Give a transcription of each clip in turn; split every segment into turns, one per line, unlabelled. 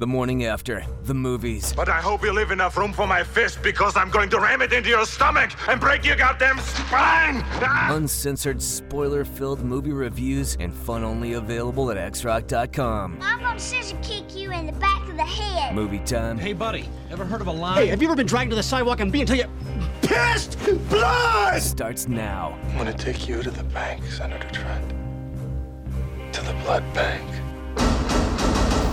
The morning after, the movies.
But I hope you leave enough room for my fist because I'm going to ram it into your stomach and break your goddamn spine! Ah!
Uncensored, spoiler filled movie reviews and fun only available at xrock.com.
I'm gonna scissor kick you in the back of the head.
Movie time.
Hey, buddy, ever heard of a line?
Hey, have you ever been dragged to the sidewalk and beat until you pissed blood?
starts now.
I'm gonna take you to the bank, Senator Trent. To the blood bank.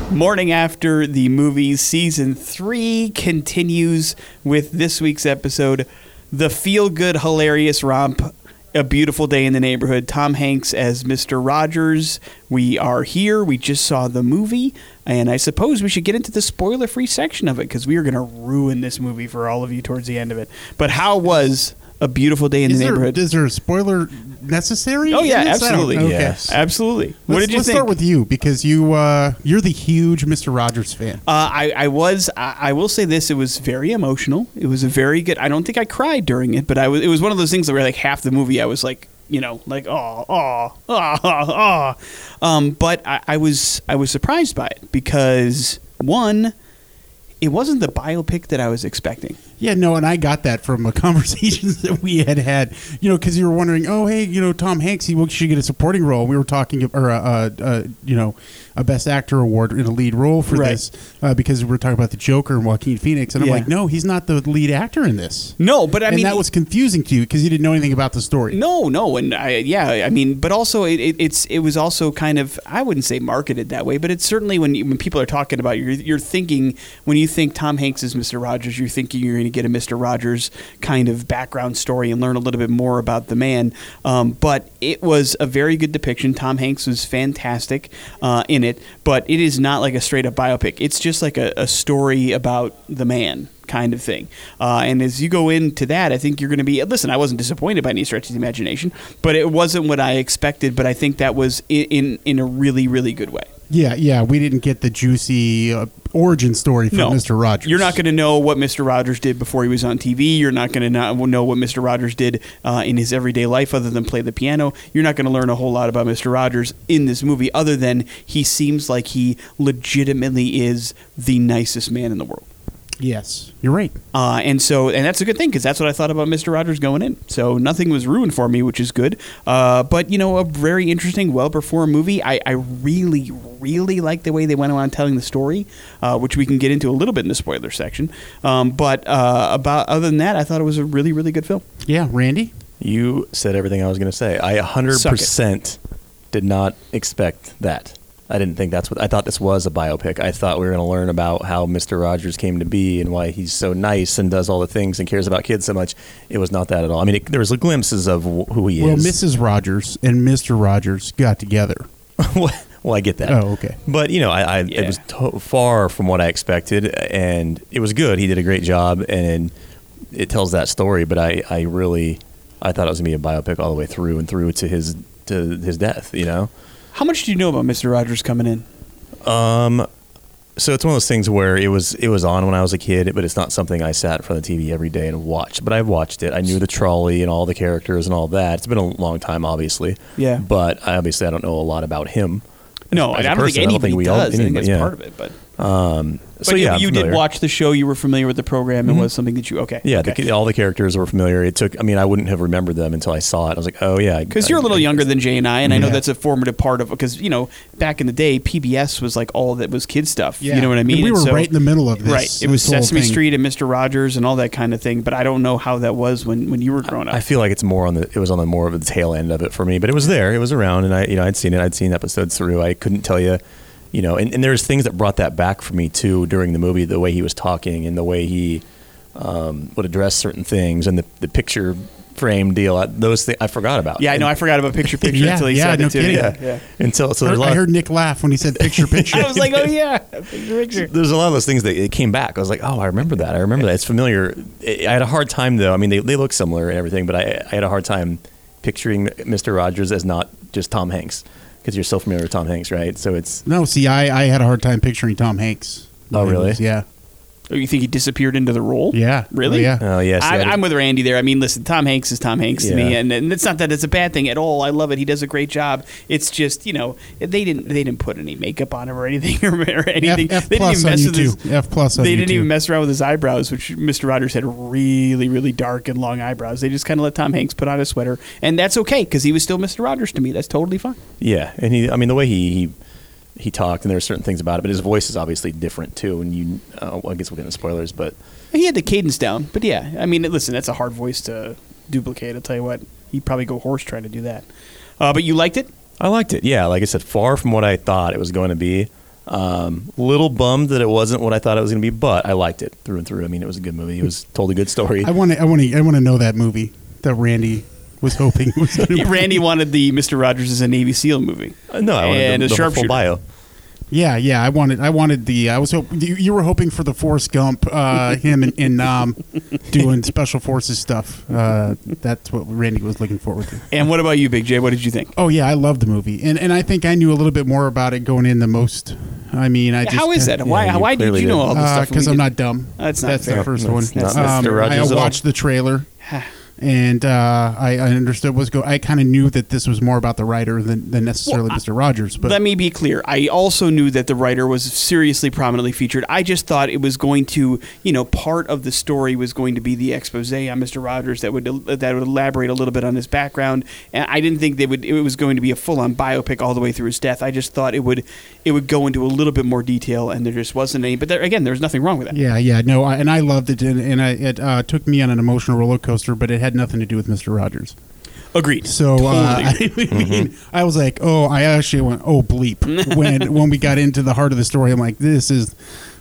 Morning After the Movies Season 3 continues with this week's episode The Feel Good Hilarious Romp A Beautiful Day in the Neighborhood. Tom Hanks as Mr. Rogers. We are here. We just saw the movie. And I suppose we should get into the spoiler free section of it because we are going to ruin this movie for all of you towards the end of it. But how was A Beautiful Day in
Is
the
there,
Neighborhood?
is there a spoiler necessary?
oh, yeah,
in this? I don't
absolutely.
know. Okay.
Yes. Absolutely. what
Let's-
did you
let's
think?
start with you because you uh, you're the huge Mister Rogers fan.
Uh, I, I was. I, I will say this: it was very emotional. It was a very good. I don't think I cried during it, but I was. It was one of those things where like half the movie, I was like, you know, like oh, oh, oh, oh. Um, but I, I was. I was surprised by it because one, it wasn't the biopic that I was expecting.
Yeah, no, and I got that from uh, conversations that we had had. You know, because you were wondering, oh, hey, you know, Tom Hanks, he will- should get a supporting role. We were talking, or a, uh uh you know, a Best Actor award in a lead role for
Right.
this uh, because we were talking about the Joker and Joaquin Phoenix, and I'm
Yeah.
like, no, he's not the lead actor in this.
No, but I
and
mean
that was confusing to you because you didn't know anything about the story.
No, no, and I, yeah, I mean, but also it, it, it's it was also kind of I wouldn't say marketed that way, but it's certainly when you, when people are talking about you, you're thinking when you think Tom Hanks is Mister Rogers, you're thinking you're going to get a Mister Rogers kind of background story and learn a little bit more about the man. Um, but it was a very good depiction. Tom Hanks was fantastic uh, in it, but it is not like a straight up biopic. It's just like a, a story about the man kind of thing. Uh, and as you go into that, I think you're going to be. Listen, I wasn't disappointed by any stretch of the imagination, but it wasn't what I expected. But I think that was in in, in a really really good way.
Yeah, yeah, we didn't get the juicy uh, origin story from Mr. Rogers.
You're not going to know what Mr. Rogers did before he was on TV. You're not going to not know what Mr. Rogers did uh, in his everyday life other than play the piano. You're not going to learn a whole lot about Mr. Rogers in this movie other than he seems like he legitimately is the nicest man in the world.
Yes, you're right.
Uh, and so, and that's a good thing because that's what I thought about Mister Rogers going in. So nothing was ruined for me, which is good. Uh, but you know, a very interesting, well-performed movie. I, I really, really like the way they went around telling the story, uh, which we can get into a little bit in the spoiler section. Um, but uh, about other than that, I thought it was a really, really good film.
Yeah, Randy.
You said everything I was going to say. I 100% did not expect that. I didn't think that's what I thought this was a biopic. I thought we were going to learn about how Mr. Rogers came to be and why he's so nice and does all the things and cares about kids so much. It was not that at all. I mean, it, there was glimpses of wh- who he
Well,
is.
Mrs. Rogers and Mr. Rogers got together.
well, I get that.
Oh, okay.
But you know, I, I it was to- far from what I expected, and it was good. He did a great job, and it tells that story. But I, I really, I thought it was gonna be a biopic all the way through and through to his to his death. You know,
How much do you know about Mister Rogers coming in?
so it's one of those things where it was it was on when I was a kid, but it's not something I sat in front of the TV every day and watched. But I watched it. I knew the trolley and all the characters and all that. It's been a long time, obviously.
Yeah.
But I obviously I don't know a lot about him.
No,
As a
I don't
person,
think
I don't
anybody
think we all-
does. I think
anybody-
that's
yeah.
part of it, but.
So
but
yeah, I'm
you, you did
familiar. Mm-hmm.
watch the show. You were familiar with the program. It was something that you okay.
Yeah,
okay.
the, all the characters were familiar. It took, I mean, I wouldn't have remembered them until I saw it. I was like, oh, yeah.
because you're a little younger than Jay and I, and I know that's a formative part of because you know back in the day PBS was like all that was kid stuff. You know what I
And
mean?
we
And
were
so-
right in the middle of this.
right. It was
this whole
Sesame
thing.
Street and Mister Rogers and all that kind of thing. But I don't know how that was when when you were growing up.
I feel like it's more on the, it was on the more of the tail end of it for me, but it was there. It was around, and I, you know, I'd seen it. I'd seen episodes through. I couldn't tell you, you know, and, and there's things that brought that back for me too during the movie, the way he was talking and the way he um, would address certain things and the, the picture frame deal. I, those things I forgot about.
yeah, I
And-
know. I forgot about picture picture
Yeah,
until he
yeah,
said
no
it to me.
kidding.
Yeah.
yeah.
Until, so
I
there's a lot
I
of-
heard Nick laugh when he said picture, picture.
I was like, oh yeah, picture picture.
there's a lot of those things that it came back. I was like, oh, I remember that. I remember that. It's familiar. I I had a hard time though. I mean, they, they look similar and everything, but I, I had a hard time picturing Mr. Rogers as not just Tom Hanks because you're so familiar with Tom Hanks, right? So it's
no, see, I, I had a hard time picturing Tom Hanks.
Oh, really?
Yeah.
Oh, you think he disappeared into the role?
Yeah.
Really?
Oh, yeah.
Oh, yeah, see, I
I,
didn't-
I'm with Randy there. I mean, listen, Tom Hanks is Tom Hanks to me,
Yeah.
and, and it's not that it's a bad thing at all. I love it. He does a great job. It's just you know they didn't they didn't put any makeup on him or anything or, anything.
F
they didn't
plus
even
on
mess
you
with his,
too. F plus on
They
you
didn't
too.
even mess around with his eyebrows, which Mr. Rogers had really really dark and long eyebrows. They just kind of let Tom Hanks put on a sweater, and that's okay because he was still Mr. Rogers to me. That's totally fine.
Yeah, and he, I mean, the way he he, he talked, and there are certain things about it, but his voice is obviously different too. And you, uh, well, I guess we'll get into spoilers, but
He had the cadence down, but yeah, I mean, listen, that's a hard voice to duplicate. I'll tell you what, he'd probably go horse trying to do that. Uh, but you liked it?
I liked it. Yeah, like I said, far from what I thought it was going to be. Um, little bummed that it wasn't what I thought it was going to be, but I liked it through and through. I mean, it was a good movie. It was told a good story.
I want to. I want to. I want to know that movie that Randy was hoping was going to.
Randy wanted the Mister Rogers is a Navy SEAL movie.
Uh, no, I wanted
and
the,
a
the whole
sharpshooter.
bio.
Yeah, yeah. I wanted. I wanted the. I was hoping you, you were hoping for the Forrest Gump. Uh, him and, and um, doing special forces stuff. Uh, that's what Randy was looking forward to.
And what about you, Big J? What did you think?
Oh yeah, I love the movie, and and I think I knew a little bit more about it going in the most. I mean, I just
How is that? Why?
yeah, you
why did
clearly
you know
did. Uh,
all this stuff?
Because
we
I'm
did?
not dumb.
That's not
That's
fair.
the first
That's
one.
not
Um,
Mr. Rogers
I
at all.
watched the trailer, and uh, I, I understood what's going. I kind of knew that this was more about the writer than, than necessarily Mr. Rogers. But
Let me be clear. I also knew that the writer was seriously prominently featured. I just thought it was going to, you know, part of the story was going to be the expose on Mr. Rogers that would that would elaborate a little bit on his background. And I didn't think they would. It was going to be a full on biopic all the way through his death. I just thought it would it would go into a little bit more detail, and there just wasn't any. But there, again, there's nothing wrong with that.
yeah, yeah, no, I, and I loved it, and, and I, it uh, took me on an emotional roller coaster, but it had nothing to do with Mr. Rogers.
Agreed.
So uh,
Totally.
I, mean, I was like, oh, I actually went, oh bleep, when when we got into the heart of the story. I'm like, this is,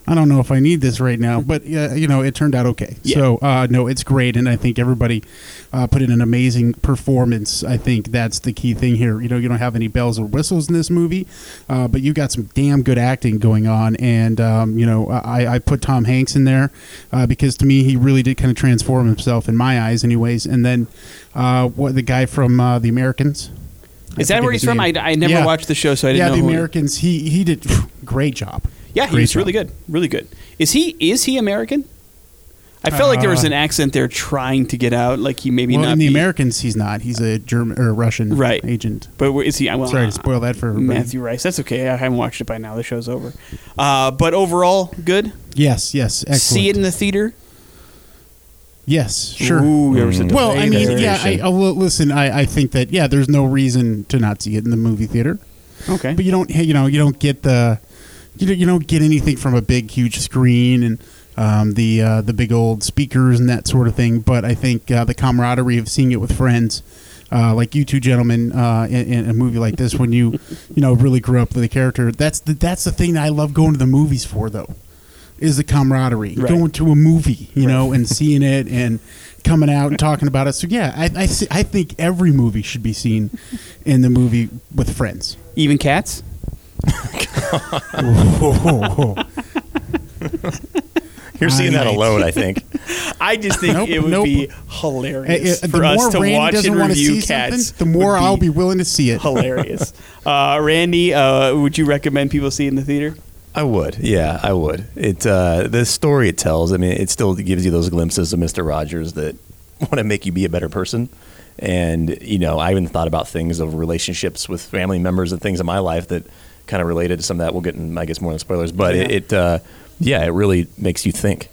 I don't know if I need this right now, but uh, you know, it turned out okay.
Yeah.
So uh, no, it's great, and I think everybody uh, put in an amazing performance. I think that's the key thing here. You know, you don't have any bells or whistles in this movie, uh, but you got some damn good acting going on, and um, you know, I, I put Tom Hanks in there uh, because to me he really did kind of transform himself in my eyes, anyways. And then uh, what the guy from uh, The Americans. I
Is that
forget
where he's
his
from? I,
name.
I never
Yeah.
watched the show, so I didn't
yeah,
know.
the
who-
Americans. He he did great job.
Yeah, he
Great
was really
job.
good, really good. Is he is he American? I felt like there was an accent there trying to get out, like uh, he maybe
Uh, Well,
not
in the
be-
Americans, he's not. He's a German or Russian
Right.
agent.
But where is he? Well,
Sorry to spoil that for everybody.
Matthew Rice. That's okay. I haven't watched it by now. The show's over. Uh, but overall, good.
Yes, yes, excellent.
See it in the theater.
yes, sure. Mm.
Ooh, you ever said
Well,
that?
I mean,
That's
yeah. I,
interesting.
I, well, listen, I, I think that yeah, there's no reason to not see it in the movie theater.
okay.
But you don't, you know, you don't get the, you don't, you don't get anything from a big, huge screen and um, the uh, the big old speakers and that sort of thing. But I think uh, the camaraderie of seeing it with friends, uh, like you two gentlemen, uh, in, in a movie like this, when you, you know, really grew up with a character. That's the that's the thing that I love going to the movies for, though, is the camaraderie.
Right.
Going to a movie, you know, and seeing it and coming out and talking about it. So yeah, I I, see, I think every movie should be seen in the movie with friends.
Even cats.
You're seeing that
Right.
alone, I think.
I just think
Nope,
it would
nope.
be
Eh,
hilarious for us to watch and
wanna
review cats.
the more
would
I'll be willing to see it.
hilarious. Uh, Randy, uh, would you recommend people see it in the theater?
I would, yeah, I would. It uh, the story it tells. I mean, it still gives you those glimpses of Mister Rogers that want to make you be a better person. And you know, I even thought about things of relationships with family members and things in my life that kind of related to some of that. We'll get in, I guess, more in the spoilers, but it, it uh, yeah, it really makes you think.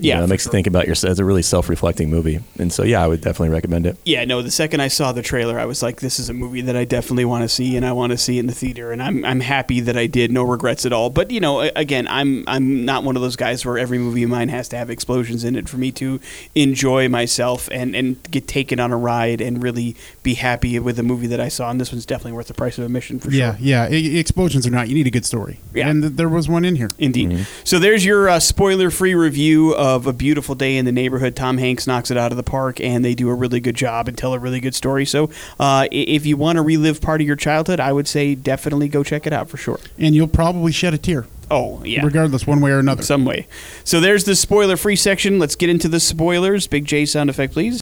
You
Yeah,
know, it
for
makes you think about yourself. It's a really self-reflecting movie, and so yeah, I would definitely recommend it.
yeah, no. The second I saw the trailer, I was like, "This is a movie that I definitely want to see, and I want to see it in the theater." And I'm I'm happy that I did, no regrets at all. But you know, a- again, I'm I'm not one of those guys where every movie of mine has to have explosions in it for me to enjoy myself and and get taken on a ride and really be happy with the movie that I saw. And this one's definitely worth the price of admission for
Yeah,
sure.
yeah. I- explosions or not, you need a good story.
Yeah.
and th- there was one in here.
Indeed. So there's your uh, spoiler-free review of A Beautiful Day in the Neighborhood. Tom Hanks knocks it out of the park, and they do a really good job and tell a really good story. So uh, i- if you want to relive part of your childhood, I would say definitely go check it out for sure.
And you'll probably shed a tear,
Oh yeah.
regardless, one way or another.
some way. So there's the spoiler-free section. Let's get into the spoilers. Big J sound effect, please.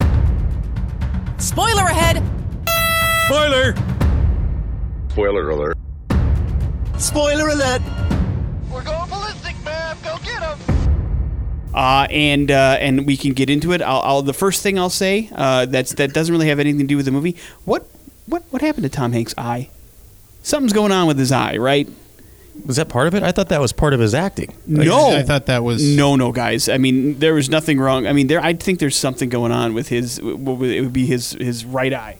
Spoiler ahead!
Spoiler.
Spoiler alert.
Spoiler alert!
We're going ballistic, man. Go get him.
Uh, and uh, and we can get into it. I'll, I'll the first thing I'll say uh, that's that doesn't really have anything to do with the movie. What what what happened to Tom Hanks' eye? Something's going on with his eye, right?
Was that part of it? I thought that was part of his acting. Like,
no,
I thought that was-
oh, no, no, guys. I mean, there was nothing wrong. I mean, there. I think there's something going on with his. What would, it would be his his right eye.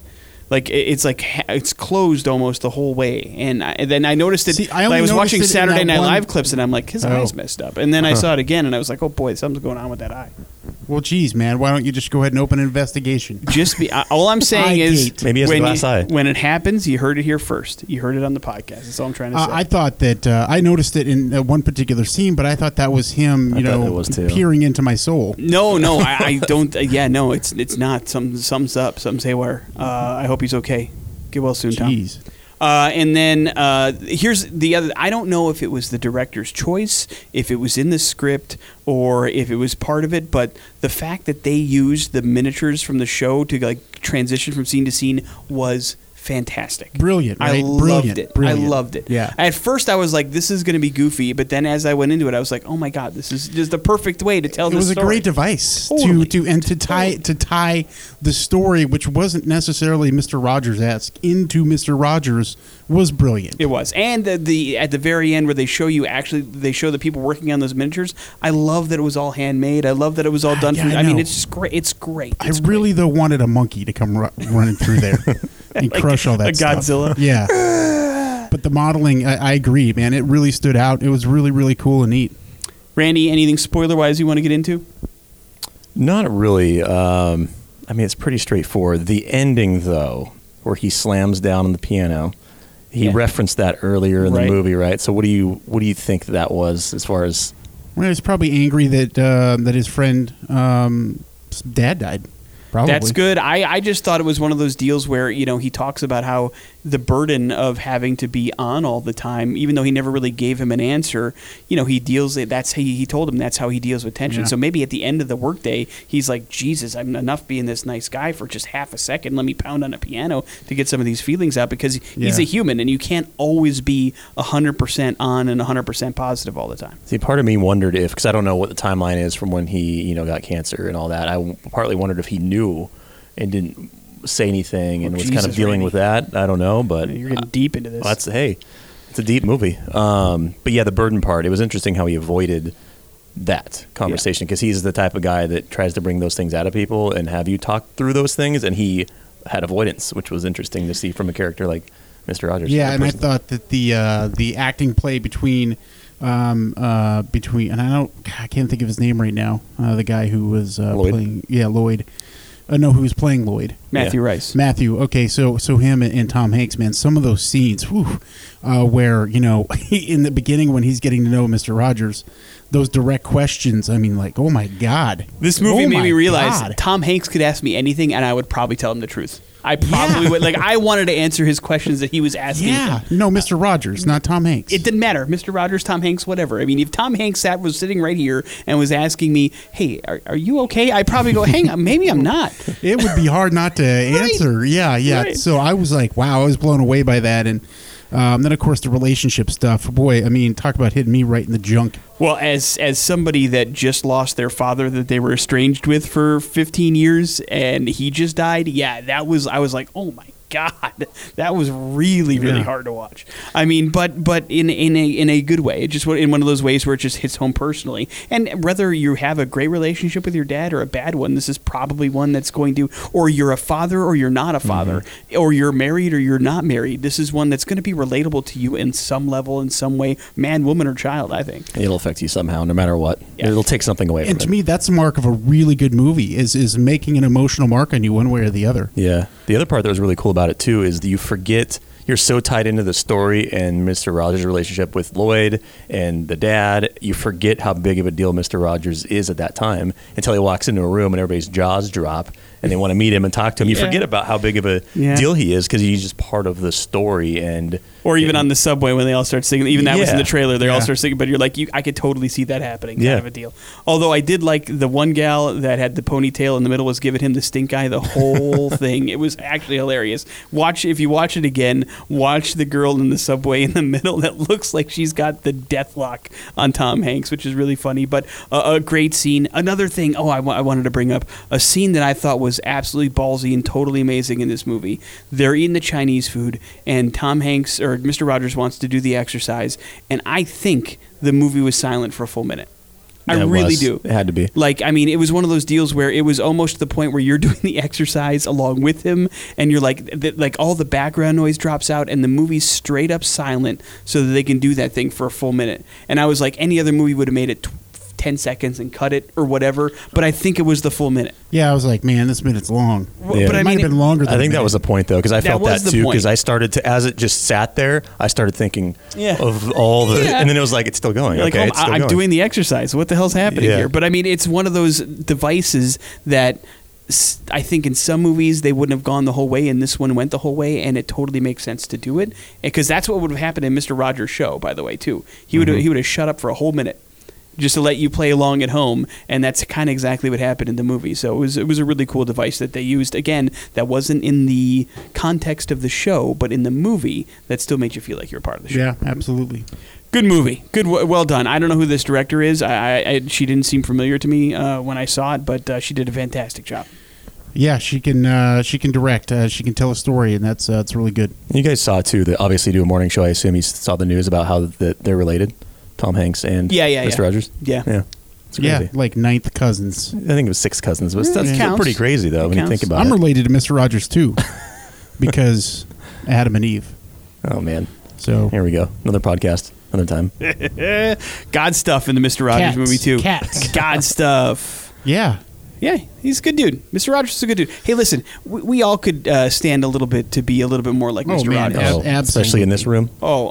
Like it- it's like ha- it's closed almost the whole way, and, I, and then I noticed it.
See, I
I,
only
was
noticed
watching
it in
Saturday
that
Night
one-
Live clips, and I'm like, his
Oh.
eyes messed up. And then I saw it again, and I was like, oh boy, something's going on with that eye.
Well, geez, man, why don't you just go ahead and open an investigation?
Just be. I- All I'm saying is,
gate.
Maybe he has a
when
glass
you-
eye.
When it happens, you heard it here first. You heard it on the podcast. That's all I'm trying to
Uh,
say.
I thought that uh, I noticed it in uh, one particular scene, but I thought that was him, you
I thought
know,
it was too.
peering into my soul.
No, no, I, I don't. uh, yeah, no, it's it's not. Some sums up. Some say where. Uh, I hope he's okay. Get well soon, Tom.
Jeez.
Uh, and then uh, here's the other. I don't know if it was the director's choice, if it was in the script, or if it was part of it. But the fact that they used the miniatures from the show to like transition from scene to scene was fantastic.
Brilliant,
I
right?
loved
Brilliant,
it. I
brilliant.
loved it.
Yeah.
At first, I was like, "This is going to be goofy," but then as I went into it, I was like, "Oh my god, this is just the perfect way to tell
it
this
was a
story."
great device
Totally.
to to and to tie to tie the story, which wasn't necessarily Mister Rogers esque, into Mister Rogers was brilliant.
It was, and the, the at the very end where they show you actually they show the people working on those miniatures. I love that it was all handmade. I love that it was all done.
Yeah,
from,
I
I, mean,
know.
it's just great. It's great.
I
It's
really though wanted a monkey to come ru- running through there and crush all that.
a
stuff.
Godzilla?
yeah. But the modeling, I, I agree, man. It really stood out. It was really, really cool and neat.
great. Randy, anything spoiler wise you want to get into?
Not really. Um, I mean, it's pretty straightforward. The ending, though, where he slams down on the piano, he
Yeah.
referenced that earlier in
Right.
the movie, right? So, what do you what do you think that was as far as?
Well, he's probably angry that um that his friend um, s- dad died. Probably
That's good. I, I just thought it was one of those deals where, you know, he talks about how the burden of having to be on all the time, even though he never really gave him an answer, you know, he deals that's how he, he told him that's how he deals with tension.
Yeah.
So maybe at the end of the workday, he's like, Jesus, I'm enough being this nice guy for just half a second. Let me pound on a piano to get some of these feelings out because he's
Yeah.
a human and you can't always be 100% on and 100% positive all the time.
See, part of me wondered if, because I don't know what the timeline is from when he, you know, got cancer and all that. I w- partly wondered if he knew and didn't say anything and
Oh,
was kind of
Jesus,
dealing
Randy.
with that. I don't know, but
You're getting deep into this.
Well, that's hey, it's a deep movie. Um, but yeah, the burden part. It was interesting how he avoided that conversation because he's the type of guy that tries to bring those things out of people and have you talk through those things, and he had avoidance, which was interesting to see from a character like Mister Rogers.
Yeah, and I
Person.
thought that the uh, the acting play between um, uh, between and I don't God, I can't think of his name right now. Uh, the guy who was uh,
Lloyd?
playing yeah Lloyd. Uh, no, who was playing Lloyd?
Matthew
Yeah.
Rice.
Matthew. Okay, so so him and, and Tom Hanks, man, some of those scenes, whew, uh, where you know in the beginning when he's getting to know Mister Rogers, those direct questions. I mean, like, oh my god,
This movie
Oh
made
my
me realize
God.
Tom Hanks could ask me anything, and I would probably tell him the truth. I probably would. Like I wanted to answer his questions that he was asking.
Yeah, no, Mister Rogers, not Tom Hanks.
It didn't matter, Mr. Rogers, Tom Hanks, whatever. I mean, if Tom Hanks sat was sitting right here and was asking me, "Hey, are, are you okay?" I probably go, "Hang on, maybe I'm not."
it would be hard not to answer. Yeah, yeah.
Right.
So I was like, wow, I was blown away by that. And um, then, of course, the relationship stuff. Boy, I mean, talk about hitting me right in the junk.
Well, as as somebody that just lost their father that they were estranged with for 15 years and he just died, yeah, that was I was like, "Oh my god. That was really really
Yeah.
hard to watch." I mean, but but in in a in a good way. It just wa- in one of those ways where it just hits home personally. And whether you have a great relationship with your dad or a bad one, this is probably one that's going to or you're a father or you're not a father, or you're married or you're not married. This is one that's going to be relatable to you in some level in some way, man, woman or child, I think.
it'll affect you somehow, no matter what.
Yeah.
It'll take something away
And
from
to
it.
me, that's the mark of a really good movie is is making an emotional mark on you one way or the other.
Yeah. The other part that was really cool about it too is that you forget you're so tied into the story and Mr. Rogers' relationship with Lloyd and the dad, you forget how big of a deal Mr. Rogers is at that time until he walks into a room and everybody's jaws drop and they want to meet him and talk to him. You
Yeah.
forget about how big of a
Yeah.
deal he is because he's just part of the story and
or even on the subway when they all start singing. Even that was in
Yeah.
the trailer. They all
Yeah.
start singing, but you're like, you, I could totally see that happening. Kind
Yeah.
of a deal. Although I did like the one gal that had the ponytail in the middle was giving him the stink eye the whole thing. It was actually hilarious. Watch if you watch it again. Watch the girl in the subway in the middle that looks like she's got the death lock on Tom Hanks, which is really funny. But uh, a great scene. Another thing. Oh, I wa- I wanted to bring up a scene that I thought was absolutely ballsy and totally amazing in this movie. They're eating the Chinese food, and Tom Hanks or Mr. Rogers wants to do the exercise, and I think the movie was silent for a full minute. I
Yeah, it
really
was.
do.
It had to be.
Like, I mean, it was one of those deals where it was almost to the point where you're doing the exercise along with him, and you're like, th- like all the background noise drops out, and the movie's straight up silent, so that they can do that thing for a full minute. And I was like, any other movie would have made it tw 10 seconds and cut it or whatever, but I think it was the full minute.
Yeah, I was like, man, this minute's long.
W-
Yeah.
But
it
I
might
mean,
have been longer. Than
I
a
think that
minute.
was the point though, because I
That
felt
was
that
the
too.
point.
Because I started to, as it just sat there, I started thinking
Yeah.
of all the,
Yeah.
and then it was like it's still going.
Like,
okay,
oh,
it's still
I, am
going.
doing the exercise. What the hell's happening
Yeah.
here? But I mean, it's one of those devices that s- I think in some movies they wouldn't have gone the whole way, and this one went the whole way, and it totally makes sense to do it because that's what would have happened in Mister Rogers' show. By the way, too, he
Mm-hmm.
would he would have shut up for a whole minute. Just to let you play along at home, and that's kind of exactly what happened in the movie. So it was it was a really cool device that they used again that wasn't in the context of the show, but in the movie that still made you feel like you're a part of the show
Yeah, absolutely.
good movie good well done i don't know who this director is i, I, I she didn't seem familiar to me uh, when i saw it but uh, she did a fantastic job
Yeah, she can. Uh, she can direct. Uh, she can tell a story, and that's uh, that's really good.
You guys saw too that obviously do a morning show. I assume you saw the news about how that they're related, Tom Hanks and
Yeah, yeah,
Mr.
yeah.
Rogers.
Yeah.
yeah. It's
Yeah,
crazy.
like ninth cousins.
I think it was six cousins, but that's still
counts.
pretty crazy though
It
when you think
counts.
about
I'm
it.
related to Mister Rogers too, because Adam and Eve.
oh man,
So
here we go. Another podcast, another time.
god stuff in the mr rogers
Cats.
movie too
Cats.
god stuff
yeah,
yeah he's a good dude mr rogers is a good dude hey listen we, we all could uh, stand a little bit to be a little bit more like
Oh,
mr
man,
rogers
Ab-
Oh, especially in this room.
Oh.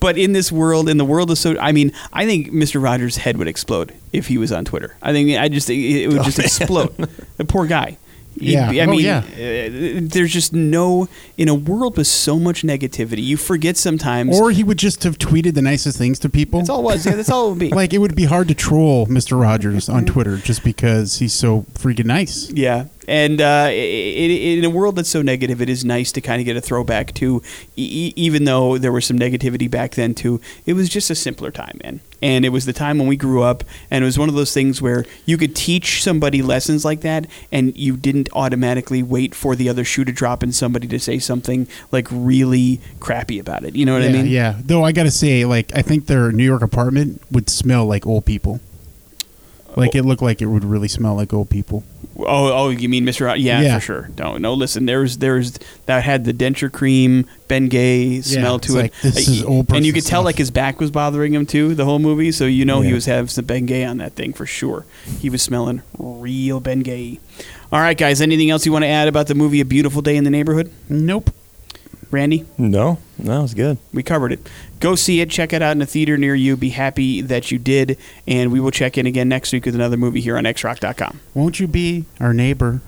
but in this world, in the world of so, I mean, I think Mr. Rogers' head would explode if he was on Twitter. I think I just think it would just explode. the poor guy. He'd
Oh, Yeah.
be- I
Oh,
mean,
yeah.
uh, there's just no in a world with so much negativity. You forget sometimes.
or he would just have tweeted the nicest things to people.
that's all it was. Yeah, that's all it would be.
like it would be hard to troll Mister Rogers on Twitter just because he's so freaking nice.
Yeah, and uh, i i in a world that's so negative, it is nice to kind of get a throwback to, e- e- even though there was some negativity back then too. It was just a simpler time, man, and it was the time when we grew up, and it was one of those things where you could teach somebody lessons like that, and you didn't automatically wait for the other shoe to drop and somebody to say something like really crappy about it. You know what
yeah,
I mean?
yeah. Though I gotta say, like I think their New York apartment would smell like old people. Like it looked like it would really smell like old people.
Oh, oh, you mean Mr. Ro- Yeah,
Yeah.
for sure. No, no. Listen, there's, there's that had the denture cream Ben Gay smell
it's
to it.
like, this is old
and you
person
could tell
stuff.
like his back was bothering him too the whole movie. So you know he
Yeah.
was having some Ben Gay on that thing for sure. He was smelling real Ben Gay. All right, guys. Anything else you want to add about the movie A Beautiful Day in the Neighborhood?
Nope.
Randy,
No, no, it's good.
we covered it. Go see it. Check it out in a theater near you. Be happy that you did. And we will check in again next week with another movie here on xrock.com.
Won't you be our neighbor?